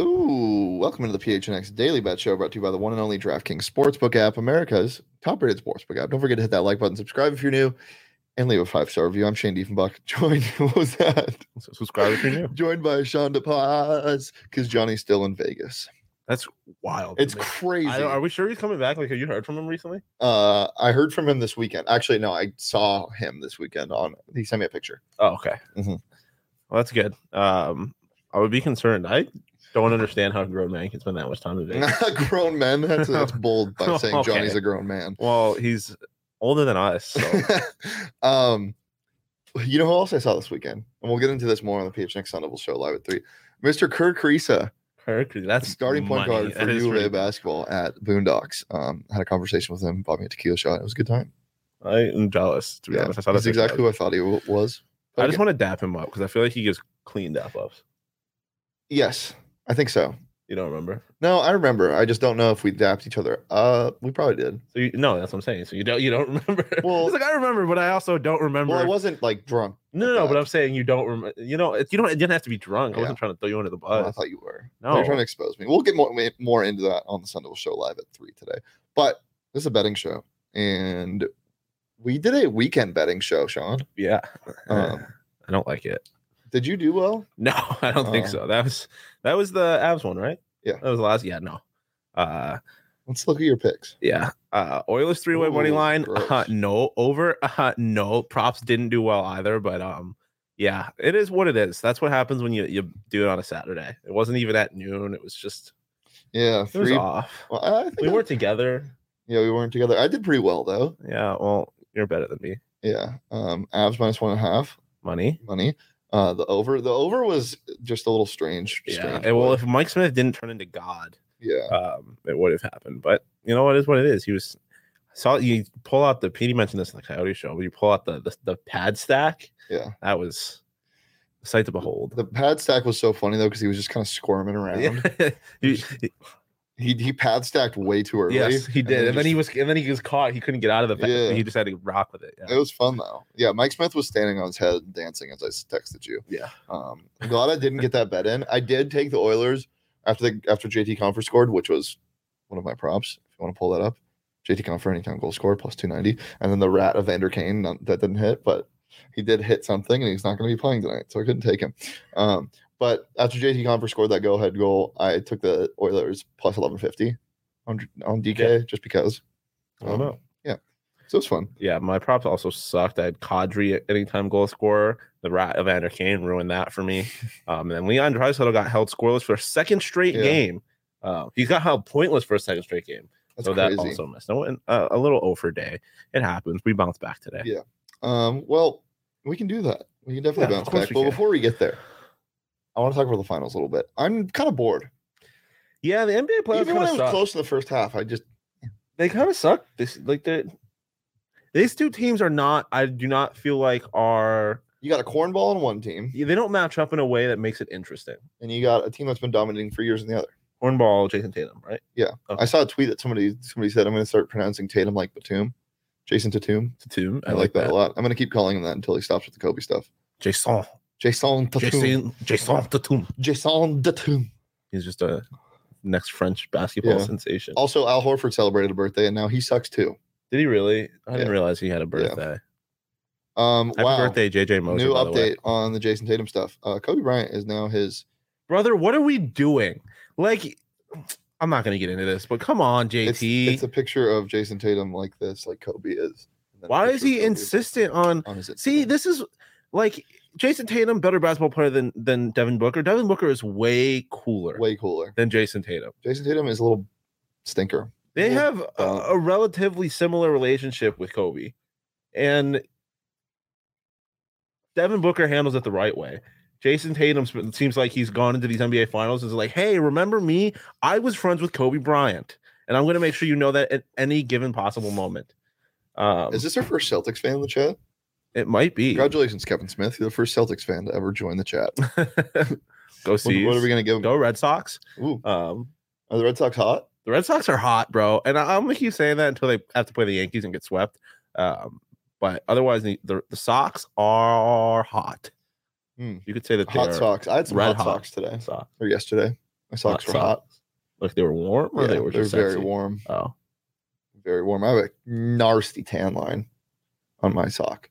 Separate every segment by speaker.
Speaker 1: Ooh, welcome to the PHNX Daily Bet Show brought to you by the one and only DraftKings Sportsbook app, America's top rated sportsbook app. Don't forget to hit that like button, subscribe if you're new, and leave a five star review. I'm Shane Diefenbach. Joined, what was that?
Speaker 2: Subscribe if you're new.
Speaker 1: Joined by Sean DePaz because Johnny's still in Vegas.
Speaker 2: That's wild. to
Speaker 1: It's
Speaker 2: me.
Speaker 1: crazy.
Speaker 2: I don't- are we sure he's coming back? Like, have you heard from him recently?
Speaker 1: uh, I heard from him this weekend. Actually, no, I saw him this weekend on, he sent me a picture.
Speaker 2: Oh, okay.
Speaker 1: Mhm.
Speaker 2: Well, that's good. Um, I would be concerned. I don't understand how a grown man can spend that much time in Vegas.
Speaker 1: grown men. That's, that's bold by saying Johnny's
Speaker 2: Okay.
Speaker 1: a grown man.
Speaker 2: well, he's older than us. So.
Speaker 1: um, you know who else I saw this weekend? And we'll get into this more on the PHNX Sun Devil Show live at three. Mr. Kurt Carissa,
Speaker 2: Kirk, that's
Speaker 1: starting point
Speaker 2: money.
Speaker 1: guard for
Speaker 2: That is
Speaker 1: ULA
Speaker 2: really-
Speaker 1: basketball at Boondocks. Um, had a conversation with him, bought me a tequila shot. It was a good time.
Speaker 2: I am jealous. To be honest, I saw
Speaker 1: that's
Speaker 2: that
Speaker 1: exactly
Speaker 2: picture.
Speaker 1: what I thought he w- was.
Speaker 2: I just want to dap him up because I feel like he gets clean dap ups.
Speaker 1: Yes, I think so.
Speaker 2: You don't remember?
Speaker 1: No, I remember. I just don't know if we dapped each other up. We probably did.
Speaker 2: So you, no, that's what I'm saying. So you don't you don't remember?
Speaker 1: Well-
Speaker 2: it's like I remember, but I also don't remember.
Speaker 1: Well, I wasn't like drunk.
Speaker 2: no, no, no, but I'm saying you don't remember. You know, it, you don't. It didn't have to be drunk. I wasn't trying to throw you under the
Speaker 1: Oh,
Speaker 2: bus.
Speaker 1: I thought you were.
Speaker 2: Uh, No.
Speaker 1: You're trying to expose me. We'll get more way- more into that on the Sunday Show live at three today. But this is a betting show, and we did a weekend betting show. Sean,
Speaker 2: yeah,
Speaker 1: um,
Speaker 2: I don't like it.
Speaker 1: did you do well?
Speaker 2: No, I don't think
Speaker 1: Oh.
Speaker 2: so. That was that was the abs one, right?
Speaker 1: Yeah.
Speaker 2: that was the last. Yeah, no. Uh,
Speaker 1: Let's look at your picks.
Speaker 2: yeah. Uh, Oilers three way money
Speaker 1: Ooh,
Speaker 2: line.
Speaker 1: gross.
Speaker 2: Uh, no over. Uh, no props didn't do well either. But um, yeah, it is what it is. That's what happens when you you do it on a Saturday. It wasn't even at noon. It was just
Speaker 1: Yeah,
Speaker 2: it was
Speaker 1: three. Well,
Speaker 2: off.
Speaker 1: I think
Speaker 2: We
Speaker 1: I-
Speaker 2: were together.
Speaker 1: Yeah, we weren't together. I did pretty well though.
Speaker 2: Yeah. Well, you're better than me.
Speaker 1: Yeah, um, abs minus one and a half
Speaker 2: Money.
Speaker 1: money. Uh, the over. The over was just a little strange.
Speaker 2: Yeah.
Speaker 1: strange
Speaker 2: and well,
Speaker 1: play.
Speaker 2: if Mike Smith didn't turn into God,
Speaker 1: yeah.
Speaker 2: um, it would have happened. But you know what is what it is. He was saw you pull out the Petey mentioned this in the Coyote show, but you pull out the the, the pad stack.
Speaker 1: Yeah.
Speaker 2: that was a sight to behold.
Speaker 1: The pad stack was so funny though because he was just kind of squirming around.
Speaker 2: You-
Speaker 1: He he pad stacked way too early.
Speaker 2: yes, he did, and then,
Speaker 1: just-
Speaker 2: he was, and then he was caught. He couldn't get out of the. Pad.
Speaker 1: Yeah.
Speaker 2: He just had to rock with it.
Speaker 1: It
Speaker 2: Yeah.
Speaker 1: was fun though. Yeah, Mike Smith was standing on his head dancing as I s- texted you.
Speaker 2: Yeah.
Speaker 1: Um, I'm glad I didn't get that bet in. I did take the Oilers after the after JT Confer scored, which was one of my props. If you want to pull that up, JT Confer anytime goal scored plus two ninety, and then the rat of Vander Kane none- that didn't hit, but he did hit something, and he's not going to be playing tonight, so I couldn't take him. Um, but after JT Confer scored that go ahead goal, I took the Oilers plus eleven fifty on on DK just because.
Speaker 2: I don't
Speaker 1: Um,
Speaker 2: know.
Speaker 1: So it's fun.
Speaker 2: Yeah, my props also sucked. I had Kadri at anytime goal scorer. The rat of Evander Kane ruined that for me. Um, and Leon Draisaitl got held scoreless for a second straight
Speaker 1: Yeah.
Speaker 2: game. Uh, he got held pointless for a second straight game.
Speaker 1: That's
Speaker 2: so
Speaker 1: crazy.
Speaker 2: that also missed. No, and, uh, a little over day. It happens. We bounced back today.
Speaker 1: Yeah. Um, well, we can do that. We can definitely
Speaker 2: Yeah, of
Speaker 1: bounce
Speaker 2: course
Speaker 1: back.
Speaker 2: we
Speaker 1: But
Speaker 2: can.
Speaker 1: before we get there, I want to talk about the finals a little bit. I'm kind of bored.
Speaker 2: Yeah, the NBA playoffs
Speaker 1: Even when
Speaker 2: kind
Speaker 1: I
Speaker 2: of
Speaker 1: was
Speaker 2: suck.
Speaker 1: close in the first half, I just
Speaker 2: They kind of suck. This like they these two teams are not. I do not feel like are
Speaker 1: you got a cornball on one team,
Speaker 2: they don't match up in a way that makes it interesting.
Speaker 1: and you got a team that's been dominating for years in the other.
Speaker 2: Hornball, Jason Tatum, right?
Speaker 1: I saw a tweet that somebody somebody said I'm going to start pronouncing Tatum like Batum, Jason Tatum.
Speaker 2: Tatum.
Speaker 1: I, like that a lot. I'm going to keep calling him that until he stops with the Kobe stuff.
Speaker 2: Jason.
Speaker 1: Jason Tatum.
Speaker 2: Jason. Jason Tatum.
Speaker 1: Jason Tatum.
Speaker 2: He's just a next French basketball
Speaker 1: Yeah.
Speaker 2: sensation.
Speaker 1: Also, Al Horford celebrated a birthday, and now he sucks too.
Speaker 2: Did he really? I didn't
Speaker 1: Yeah.
Speaker 2: realize he had a birthday.
Speaker 1: Um,
Speaker 2: Happy
Speaker 1: wow.
Speaker 2: birthday, JJ Moser.
Speaker 1: New
Speaker 2: by the way.
Speaker 1: update on the Jason Tatum stuff. Uh, Kobe Bryant is now his.
Speaker 2: brother. What are we doing? Like, I'm not gonna get into this, but come on, JT.
Speaker 1: It's, it's a picture of Jason Tatum like this, like Kobe is. And then a
Speaker 2: Why
Speaker 1: picture
Speaker 2: is
Speaker 1: of
Speaker 2: he
Speaker 1: Kobe
Speaker 2: insistent on?
Speaker 1: on his
Speaker 2: See,
Speaker 1: Instagram.
Speaker 2: this is like Jason Tatum, better basketball player than than Devin Booker. Devin Booker is way cooler
Speaker 1: way cooler.
Speaker 2: than Jason Tatum.
Speaker 1: Jason Tatum is a little stinker.
Speaker 2: They
Speaker 1: Yeah.
Speaker 2: have a,
Speaker 1: Uh,
Speaker 2: a relatively similar relationship with Kobe, and Devin Booker handles it the right way. Jason Tatum sp- seems like he's gone into these NBA finals and is like, "Hey, remember me? I was friends with Kobe Bryant, and I'm going to make sure you know that at any given possible moment." Um,
Speaker 1: Is this our first Celtics fan in the chat?
Speaker 2: it might be.
Speaker 1: Congratulations, Kevin Smith. You're the first Celtics fan to ever join the chat.
Speaker 2: Go
Speaker 1: What,
Speaker 2: see.
Speaker 1: what are we gonna give him?
Speaker 2: Go Red Sox.
Speaker 1: Ooh,
Speaker 2: Um,
Speaker 1: are the Red Sox hot?
Speaker 2: the Red Sox are hot, bro, and I, I'm gonna keep saying that until they have to play the Yankees and get swept. Um, but otherwise, the the, the Sox are hot.
Speaker 1: Hmm.
Speaker 2: You could say that they
Speaker 1: Hot
Speaker 2: are
Speaker 1: socks. I had some hot,
Speaker 2: red hot.
Speaker 1: socks today
Speaker 2: Sox.
Speaker 1: or yesterday. My socks were hot.
Speaker 2: Like they were warm, or
Speaker 1: Yeah,
Speaker 2: they were just
Speaker 1: very
Speaker 2: sexy?
Speaker 1: warm.
Speaker 2: Oh,
Speaker 1: Very warm. I have a nasty tan line on my sock.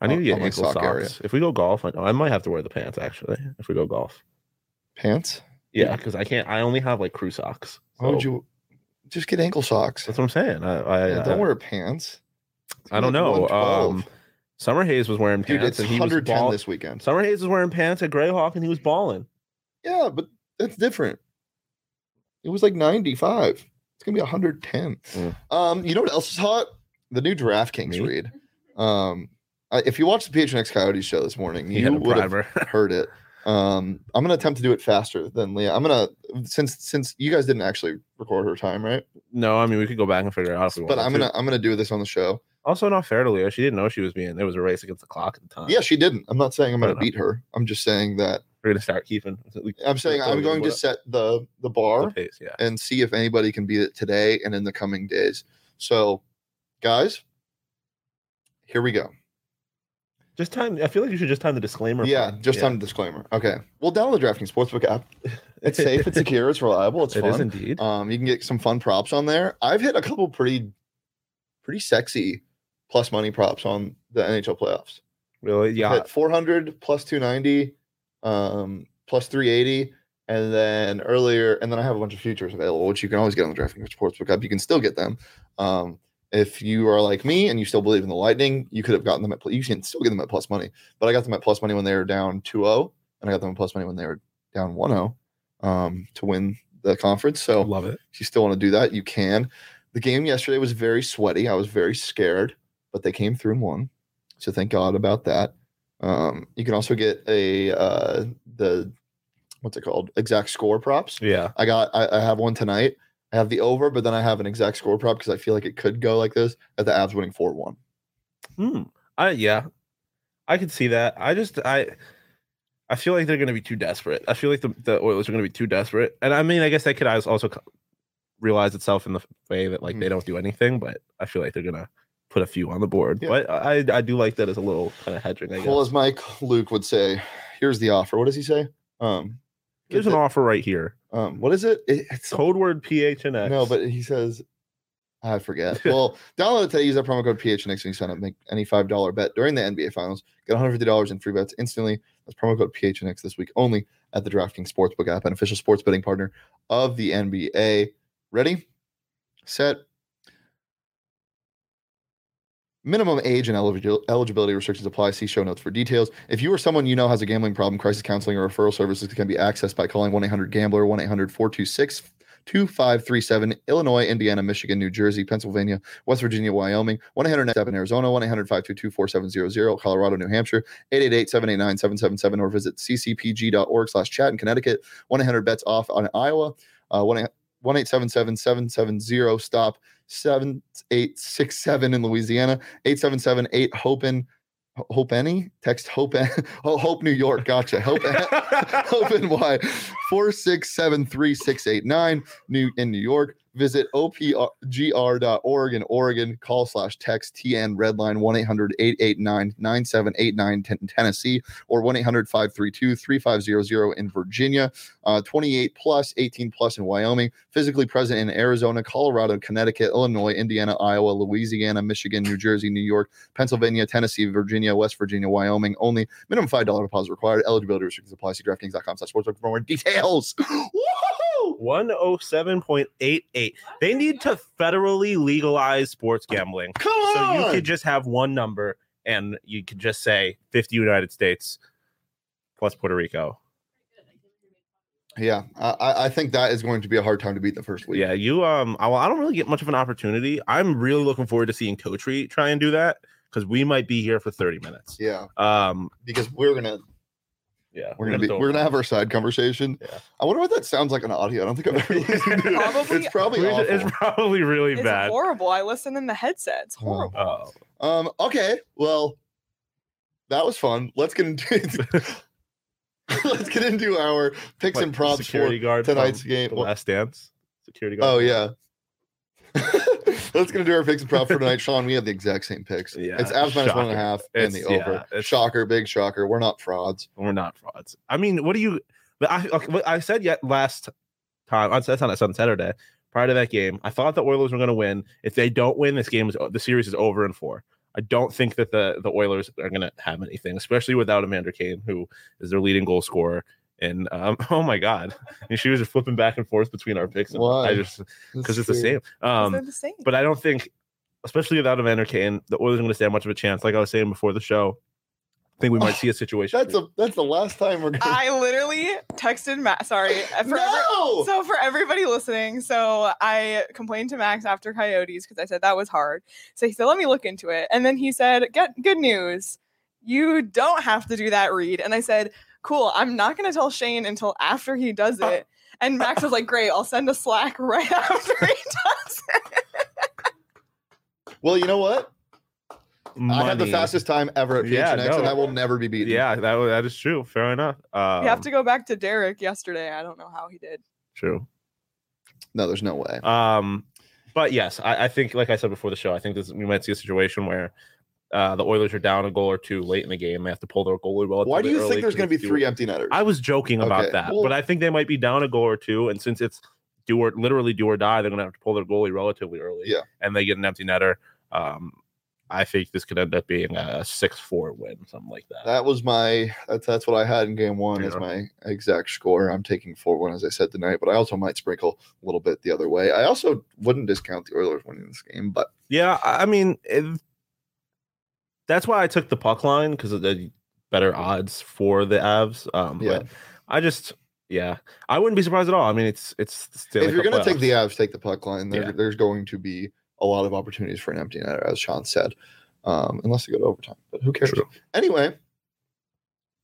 Speaker 2: I need
Speaker 1: Oh, On-
Speaker 2: to get
Speaker 1: on my
Speaker 2: ankle
Speaker 1: sock
Speaker 2: socks.
Speaker 1: area.
Speaker 2: If we go golf, I, I might have to wear the pants actually. If we go golf,
Speaker 1: Pants?
Speaker 2: yeah, because I can't. I only have like crew socks.
Speaker 1: Why would
Speaker 2: So
Speaker 1: you just get ankle socks?
Speaker 2: That's what I'm saying. I, I,
Speaker 1: Yeah,
Speaker 2: I-
Speaker 1: don't wear pants. It's
Speaker 2: I don't
Speaker 1: like
Speaker 2: know.
Speaker 1: 112.
Speaker 2: Um, Summer Hayes was wearing
Speaker 1: Dude,
Speaker 2: pants,
Speaker 1: it's
Speaker 2: and he was
Speaker 1: 110
Speaker 2: ball-
Speaker 1: this weekend.
Speaker 2: Summer Hayes was wearing pants at Greyhawk, and he was balling.
Speaker 1: Yeah, but that's different. It was like 95. It's gonna be 110.
Speaker 2: Mm.
Speaker 1: Um, you know what else is hot? The new DraftKings
Speaker 2: Me?
Speaker 1: read. Um, I, if you watched the PHNX Coyotes show this morning,
Speaker 2: He
Speaker 1: you
Speaker 2: had a
Speaker 1: would have
Speaker 2: primer.
Speaker 1: heard it. Um, I'm gonna attempt to do it faster than Leah. I'm gonna since since you guys didn't actually record her time, right?
Speaker 2: No, I mean we could go back and figure it out if we want.
Speaker 1: But I'm gonna I'm gonna do this on the show.
Speaker 2: also not fair to Leah. She didn't know she was being. It was a race against the clock at the time.
Speaker 1: Yeah, she didn't. I'm not saying I'm
Speaker 2: Uh, Fair
Speaker 1: gonna beat her. I'm just saying that
Speaker 2: we're gonna start keeping.
Speaker 1: I'm saying
Speaker 2: Totally
Speaker 1: I'm going to
Speaker 2: what-
Speaker 1: set the the
Speaker 2: the
Speaker 1: bar
Speaker 2: pace. Yeah,
Speaker 1: and see if anybody can beat it today and in the coming days. So, guys, here we go.
Speaker 2: just time. I feel like you should just time the disclaimer.
Speaker 1: Yeah,
Speaker 2: for-
Speaker 1: just
Speaker 2: yeah.
Speaker 1: on a disclaimer. Okay. Well, download the DraftKings Sportsbook app. It's safe, it's secure, it's reliable, it's
Speaker 2: It
Speaker 1: fun.
Speaker 2: is indeed.
Speaker 1: Um, you can get some fun props on there. I've hit a couple pretty, pretty sexy plus money props on the NHL playoffs.
Speaker 2: really? Yeah.
Speaker 1: Hit 400 plus 290, um, plus 380, and then earlier, and then I have a bunch of futures available, which you can always get on the DraftKings Sportsbook app. You can still get them. Um, if you are like me and you still believe in the Lightning, you could have gotten them at pl- you can still get them at plus money. But I got them at plus money when they were down 2-0, and I got them at plus money when they were down 1-0 um, to win the conference. So
Speaker 2: Love it.
Speaker 1: if you still want to do that, you can. The game yesterday was very sweaty. I was very scared, but they came through and won. So thank God about that. Um, you can also get a uh, the what's it called exact score props.
Speaker 2: Yeah.
Speaker 1: I got I, I have one tonight. I have the over, but then I have an exact score prop because I feel like it could go like this at the Avs winning four one.
Speaker 2: Hmm. I yeah. I could see that. I just I. I feel like they're going to be too desperate. I feel like the, the Oilers are going to be too desperate. And I mean, I guess that could als- also co- realize itself in the f- way that like they
Speaker 1: Mm-hmm.
Speaker 2: don't do anything, but I feel like they're going to put a few on the board.
Speaker 1: Yeah.
Speaker 2: But I I do like that as a little kind of hedging, I guess.
Speaker 1: Well, as Mike Luke would say, here's the offer. What does he say? Um,
Speaker 2: There's
Speaker 1: get
Speaker 2: an
Speaker 1: the-
Speaker 2: offer right here.
Speaker 1: um what is it? it it's
Speaker 2: Code word PHNX.
Speaker 1: No, but he says, I forget. Well, download it today. Use that promo code PHNX when you sign up. Make any five dollar bet during the NBA Finals. Get one hundred fifty dollars in free bets instantly. That's promo code PHNX this week only at the DraftKings Sportsbook app, an official sports betting partner of the NBA. Ready, set. Minimum age and eligibil- eligibility restrictions apply. See show notes for details. If you or someone you know has a gambling problem, crisis counseling or referral services can be accessed by calling 1 800 Gambler, 1 800 426 2537 Illinois, Indiana, Michigan, New Jersey, Pennsylvania, West Virginia, Wyoming, 1 800 in Arizona, 1 800 522 4700 Colorado, New Hampshire, 888 789 777 or visit ccpg.org slash chat in Connecticut, 1 800 bets off on Iowa, uh, 1 877 770 stop 7867 in Louisiana, 877 8 Hopin. Hope any text hope oh, hope New York gotcha hope open Y four six seven three six eight nine new in New York. Visit opgr.org in Oregon. Call slash text TN Redline 1 800 889 9789 Tennessee or 1 800 532 3500 in Virginia. Uh, 28 plus, 18 plus in Wyoming. Physically present in Arizona, Colorado, Connecticut, Illinois, Indiana, Iowa, Louisiana, Michigan, New Jersey, New York, Pennsylvania, Tennessee, Virginia, West Virginia, Wyoming. Only minimum $5 deposit required. Eligibility restrictions apply. See DraftKings.com slash sportsbook for more details. Woo!
Speaker 2: 107.88. They need to federally legalize sports gambling.
Speaker 1: Come
Speaker 2: So
Speaker 1: on!
Speaker 2: you could just have one number and you could just say 50 United States plus Puerto Rico.
Speaker 1: Yeah, I- I, I think that is going to be a hard time to beat the first week.
Speaker 2: Yeah, you um I, well, I don't really get much of an opportunity. I'm really looking forward to seeing Coachy try and do that because we might be here for 30 minutes.
Speaker 1: yeah,
Speaker 2: Um
Speaker 1: because we're gonna
Speaker 2: yeah,
Speaker 1: we're gonna be we're gonna have our side conversation.
Speaker 2: Yeah.
Speaker 1: I wonder what that sounds like on audio. I don't think I've ever listened to it.
Speaker 3: Probably-
Speaker 1: It's probably awful.
Speaker 2: it's probably really
Speaker 3: It's
Speaker 2: bad.
Speaker 3: horrible. I listen in the headset. It's
Speaker 1: Oh.
Speaker 3: horrible.
Speaker 2: Oh.
Speaker 1: Um. Okay. Well, that was fun. Let's get into let's get into our picks and
Speaker 2: Like,
Speaker 1: props for
Speaker 2: security guard from
Speaker 1: tonight's game.
Speaker 2: The Last Dance. Security guard.
Speaker 1: Oh yeah. Oh, Let's gonna do our picks and prop for tonight, Sean. We have the exact same picks.
Speaker 2: Yeah,
Speaker 1: it's abs minus one and
Speaker 2: shocker.
Speaker 1: a half and
Speaker 2: It's-
Speaker 1: the over.
Speaker 2: yeah, it's-
Speaker 1: shocker, big shocker. We're not frauds.
Speaker 2: we're not frauds. I mean, what do you? but I, okay, what I said yet last time. I said that's on Saturday. Prior to that game, I thought the Oilers were going to win. If they don't win, this game is o- the series is over in four. I don't think that the the Oilers are going to have anything, especially without Amanda Kane, who is their leading goal scorer. And um, oh my god, and she was just flipping back and forth between our picks. And
Speaker 1: Why?
Speaker 2: I just because it's the same.
Speaker 3: Because
Speaker 2: Um,
Speaker 3: they're the same.
Speaker 2: but I don't think, especially without Evander Kane, the Oilers are going to stand much of a chance. Like I was saying before the show, I think we might see a situation.
Speaker 1: That's a that's the last time we're gonna.
Speaker 3: I literally texted Matt. Sorry, uh, for every-
Speaker 1: no!
Speaker 3: So for everybody listening, so I complained to Max after Coyotes because I said that was hard. So he said, "Let me look into it," and then he said, "Get good news, you don't have to do that read." And I said, "Cool, I'm not going to tell Shane until after he does it." And Max was like, "Great, I'll send a Slack right after he does." It.
Speaker 1: well, you know what? I had the
Speaker 2: Money.
Speaker 1: fastest time ever at PHNX,
Speaker 2: Yeah, no.
Speaker 1: and I will never be beaten.
Speaker 2: Yeah, that wa- that is true. Fair enough. Um,
Speaker 3: we have to go back to Derek yesterday. I don't know how he did.
Speaker 2: True.
Speaker 1: No, there's no way.
Speaker 2: Um, but yes, I, I think, like I said before the show, I think this we might see a situation where uh, the Oilers are down a goal or two late in the game. They have to pull their goalie. Relatively
Speaker 1: Why do you
Speaker 2: early
Speaker 1: think there's
Speaker 2: 'cause
Speaker 1: going to
Speaker 2: it's
Speaker 1: be
Speaker 2: do-
Speaker 1: three empty netters?
Speaker 2: I was joking about
Speaker 1: Okay,
Speaker 2: that,
Speaker 1: well-
Speaker 2: but I think they might be down a goal or two, and since it's do or literally do or die, they're going to have to pull their goalie relatively early.
Speaker 1: Yeah.
Speaker 2: and they get an empty netter. Um, I think this could end up being a six-four win, something like that.
Speaker 1: that was my that's that's what I had in game one as
Speaker 2: Yeah.
Speaker 1: my exact score. I'm taking four one as I said tonight, but I also might sprinkle a little bit the other way. I also wouldn't discount the Oilers winning this game, but
Speaker 2: Yeah, I I mean, it, that's why I took the puck line because of the better odds for the Avs. Um,
Speaker 1: yeah.
Speaker 2: but I just, yeah, I wouldn't be surprised at all. I mean, it's it's still
Speaker 1: if you're going to take the Avs, take the puck line. There,
Speaker 2: Yeah.
Speaker 1: There's going to be a lot of opportunities for an empty netter, as Sean said, um, unless they go to overtime. But who cares?
Speaker 2: True.
Speaker 1: Anyway,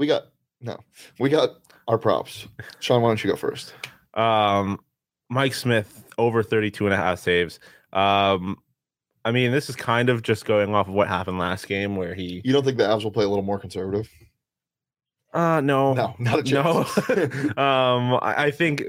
Speaker 1: we got no, we got our props. Sean, why don't you go first?
Speaker 2: um, Mike Smith over 32 and a half saves. Um, I mean, this is kind of just going off of what happened last game where he,
Speaker 1: You don't think the Avs will play a little more conservative?
Speaker 2: uh, no,
Speaker 1: No, not a
Speaker 2: No.
Speaker 1: chance.
Speaker 2: um, I, I think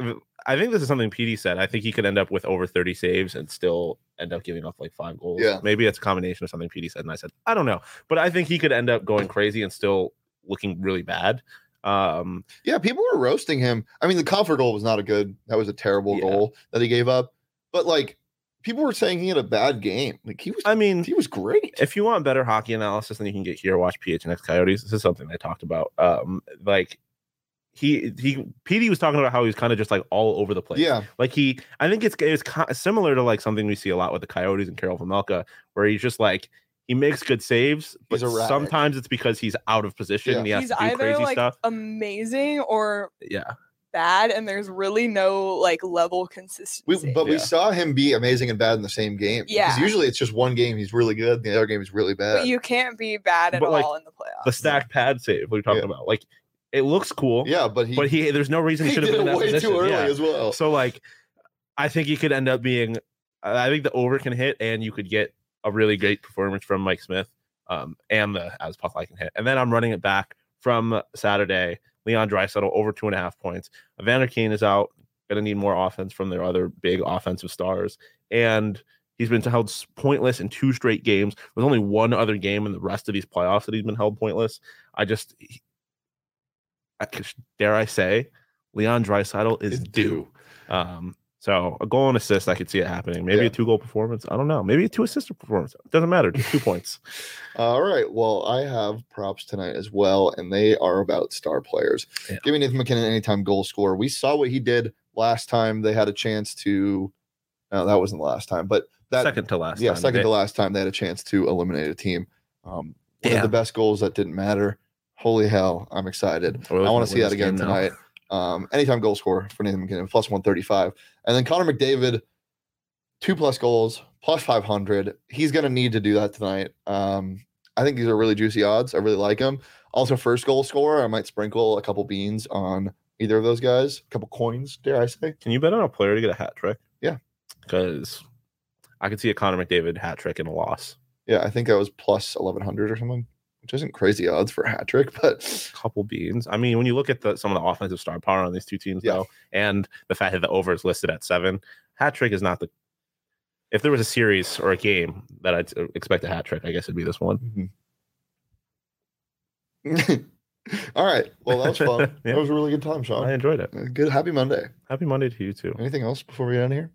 Speaker 2: I think this is something PD said. I think he could end up with over 30 saves and still end up giving up like five goals.
Speaker 1: Yeah.
Speaker 2: Maybe it's a combination of something PD said and I said. I don't know. But I think he could end up going crazy and still looking really bad. Um,
Speaker 1: Yeah, people were roasting him. I mean, the Comfort goal was not a good. That was a terrible
Speaker 2: Yeah.
Speaker 1: goal that he gave up. But like, people were saying he had a bad game. Like he was,
Speaker 2: I mean,
Speaker 1: he was great.
Speaker 2: if you want better hockey analysis, then you can get here, watch PHNX Coyotes. This is something they talked about. Um, like he he PD was talking about how he was kind of just like all over the place.
Speaker 1: yeah,
Speaker 2: Like he, I think it's it's ki- similar to like something we see a lot with the Coyotes and Carol Vamelka, where he's just like he makes good saves, but
Speaker 1: He's erratic.
Speaker 2: sometimes it's because he's out of position.
Speaker 1: Yeah.
Speaker 2: And he has
Speaker 3: He's
Speaker 2: to do
Speaker 3: either
Speaker 2: crazy
Speaker 3: like
Speaker 2: stuff.
Speaker 3: amazing or
Speaker 2: Yeah,
Speaker 3: bad, and there's really no like level consistency.
Speaker 1: we, but we
Speaker 2: Yeah.
Speaker 1: saw him be amazing and bad in the same game. 'Cause
Speaker 3: Yeah.
Speaker 1: usually it's just one game he's really good, and the other game he's really bad.
Speaker 3: But you can't be bad at
Speaker 2: But, like,
Speaker 3: all in the playoffs.
Speaker 2: the stacked pad save we are talking about. Like it looks cool,
Speaker 1: yeah, but he,
Speaker 2: but he there's no reason
Speaker 1: he
Speaker 2: he should
Speaker 1: did
Speaker 2: have been in
Speaker 1: it
Speaker 2: that
Speaker 1: way
Speaker 2: position.
Speaker 1: too early
Speaker 2: Yeah.
Speaker 1: as well.
Speaker 2: So like, I think you could end up being. I I think the over can hit, and you could get a really great performance from Mike Smith, um, and the as puck line can hit. And then I'm running it back from Saturday. Leon Drysaddle over two and a half points. Evander Kane is out. going to need more offense from their other big offensive stars. And he's been held s- pointless in two straight games. There's only one other game in the rest of these playoffs that he's been held pointless. I just, he- I, dare I say, Leon Dreisidel is
Speaker 1: Is
Speaker 2: due. Um, so a goal and assist, I could see it happening. Maybe
Speaker 1: Yeah.
Speaker 2: a two goal performance. I don't know. Maybe a two assist performance. Doesn't matter. Just two points.
Speaker 1: All right. Well, I have props tonight as well, and they are about star players.
Speaker 2: Yeah.
Speaker 1: Give me Nathan McKinnon anytime goal scorer. We saw what he did last time they had a chance to. No, that wasn't the last time, but that
Speaker 2: second to last.
Speaker 1: yeah,
Speaker 2: time.
Speaker 1: second
Speaker 2: They-
Speaker 1: to last time they had a chance to eliminate a team. Um, one of
Speaker 2: Damn.
Speaker 1: the best goals that didn't matter. Holy hell, I'm excited.
Speaker 2: Oilers
Speaker 1: I
Speaker 2: might
Speaker 1: want
Speaker 2: win
Speaker 1: to see that
Speaker 2: this
Speaker 1: again
Speaker 2: game now.
Speaker 1: tonight. Um, anytime goal scorer for Nathan McKinnon, plus 135. And then Connor McDavid, two plus goals, plus 500. He's going to need to do that tonight. Um, I think these are really juicy odds. I really like him. Also, first goal scorer, I might sprinkle a couple beans on either of those guys, a couple coins, dare I say.
Speaker 2: Can you bet on a player to get a hat trick?
Speaker 1: Yeah.
Speaker 2: Because I could see a Connor McDavid hat trick and a loss.
Speaker 1: Yeah, I think I was plus 1100 or something, which isn't crazy odds for a hat trick, but
Speaker 2: Couple beans. I mean, when you look at the, some of the offensive star power on these two teams,
Speaker 1: Yeah.
Speaker 2: though, and the fact that the over is listed at seven, hat trick is not the. If there was a series or a game that I'd uh, expect a hat trick, I guess it'd be this one.
Speaker 1: Mhm. All right. Well, that was fun.
Speaker 2: Yeah.
Speaker 1: That was a really good time,
Speaker 2: I
Speaker 1: Sean.
Speaker 2: enjoyed it.
Speaker 1: Uh, Good. Happy Monday.
Speaker 2: Happy Monday to you too.
Speaker 1: Anything else before we get out of here?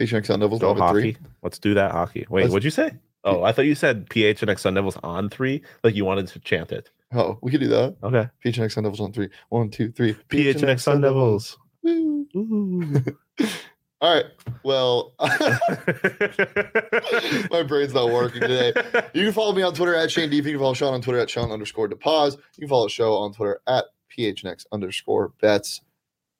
Speaker 1: Patreon on Devils
Speaker 2: Go
Speaker 1: Love at
Speaker 2: hockey.
Speaker 1: three.
Speaker 2: Let's do that hockey. Wait,
Speaker 1: Let's-
Speaker 2: what'd you say? Oh, I thought you said PHNX Sun Devils on three, like you wanted to chant it.
Speaker 1: Oh, we could do that.
Speaker 2: Okay.
Speaker 1: PHNX on Devils on three. One, two, three.
Speaker 2: PHNX Sun Devils.
Speaker 1: Woo.
Speaker 2: Ooh.
Speaker 1: All right. Well, my brain's not working today. You can follow me on Twitter at Shane Deep. You can follow Sean on Twitter at Sean underscore DePaz. You can follow the show on Twitter at PHNX underscore bets.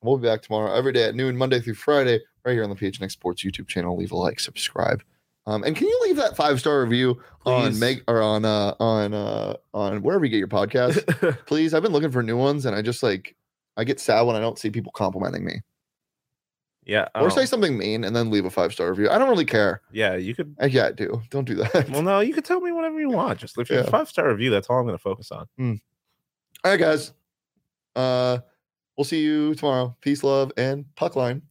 Speaker 1: We'll be back tomorrow every day at noon, Monday through Friday, right here on the PHNX Sports YouTube channel. Leave a like, subscribe. Um, and can you leave that five star review on
Speaker 2: Please.
Speaker 1: Meg or on uh on uh on wherever you get your podcast? Please, I've been looking for new ones and I just like I get sad when I don't see people complimenting me.
Speaker 2: yeah. I
Speaker 1: Or
Speaker 2: don't-
Speaker 1: say something mean and then leave a five star review. I don't really care.
Speaker 2: yeah, you could.
Speaker 1: I, yeah, I do. Don't do that.
Speaker 2: Well, no, you could tell me whatever you want. Just if you
Speaker 1: Yeah.
Speaker 2: five star review, that's all I'm going to focus on.
Speaker 1: All right, guys. Uh, we'll see you tomorrow. Peace, love, and puck line.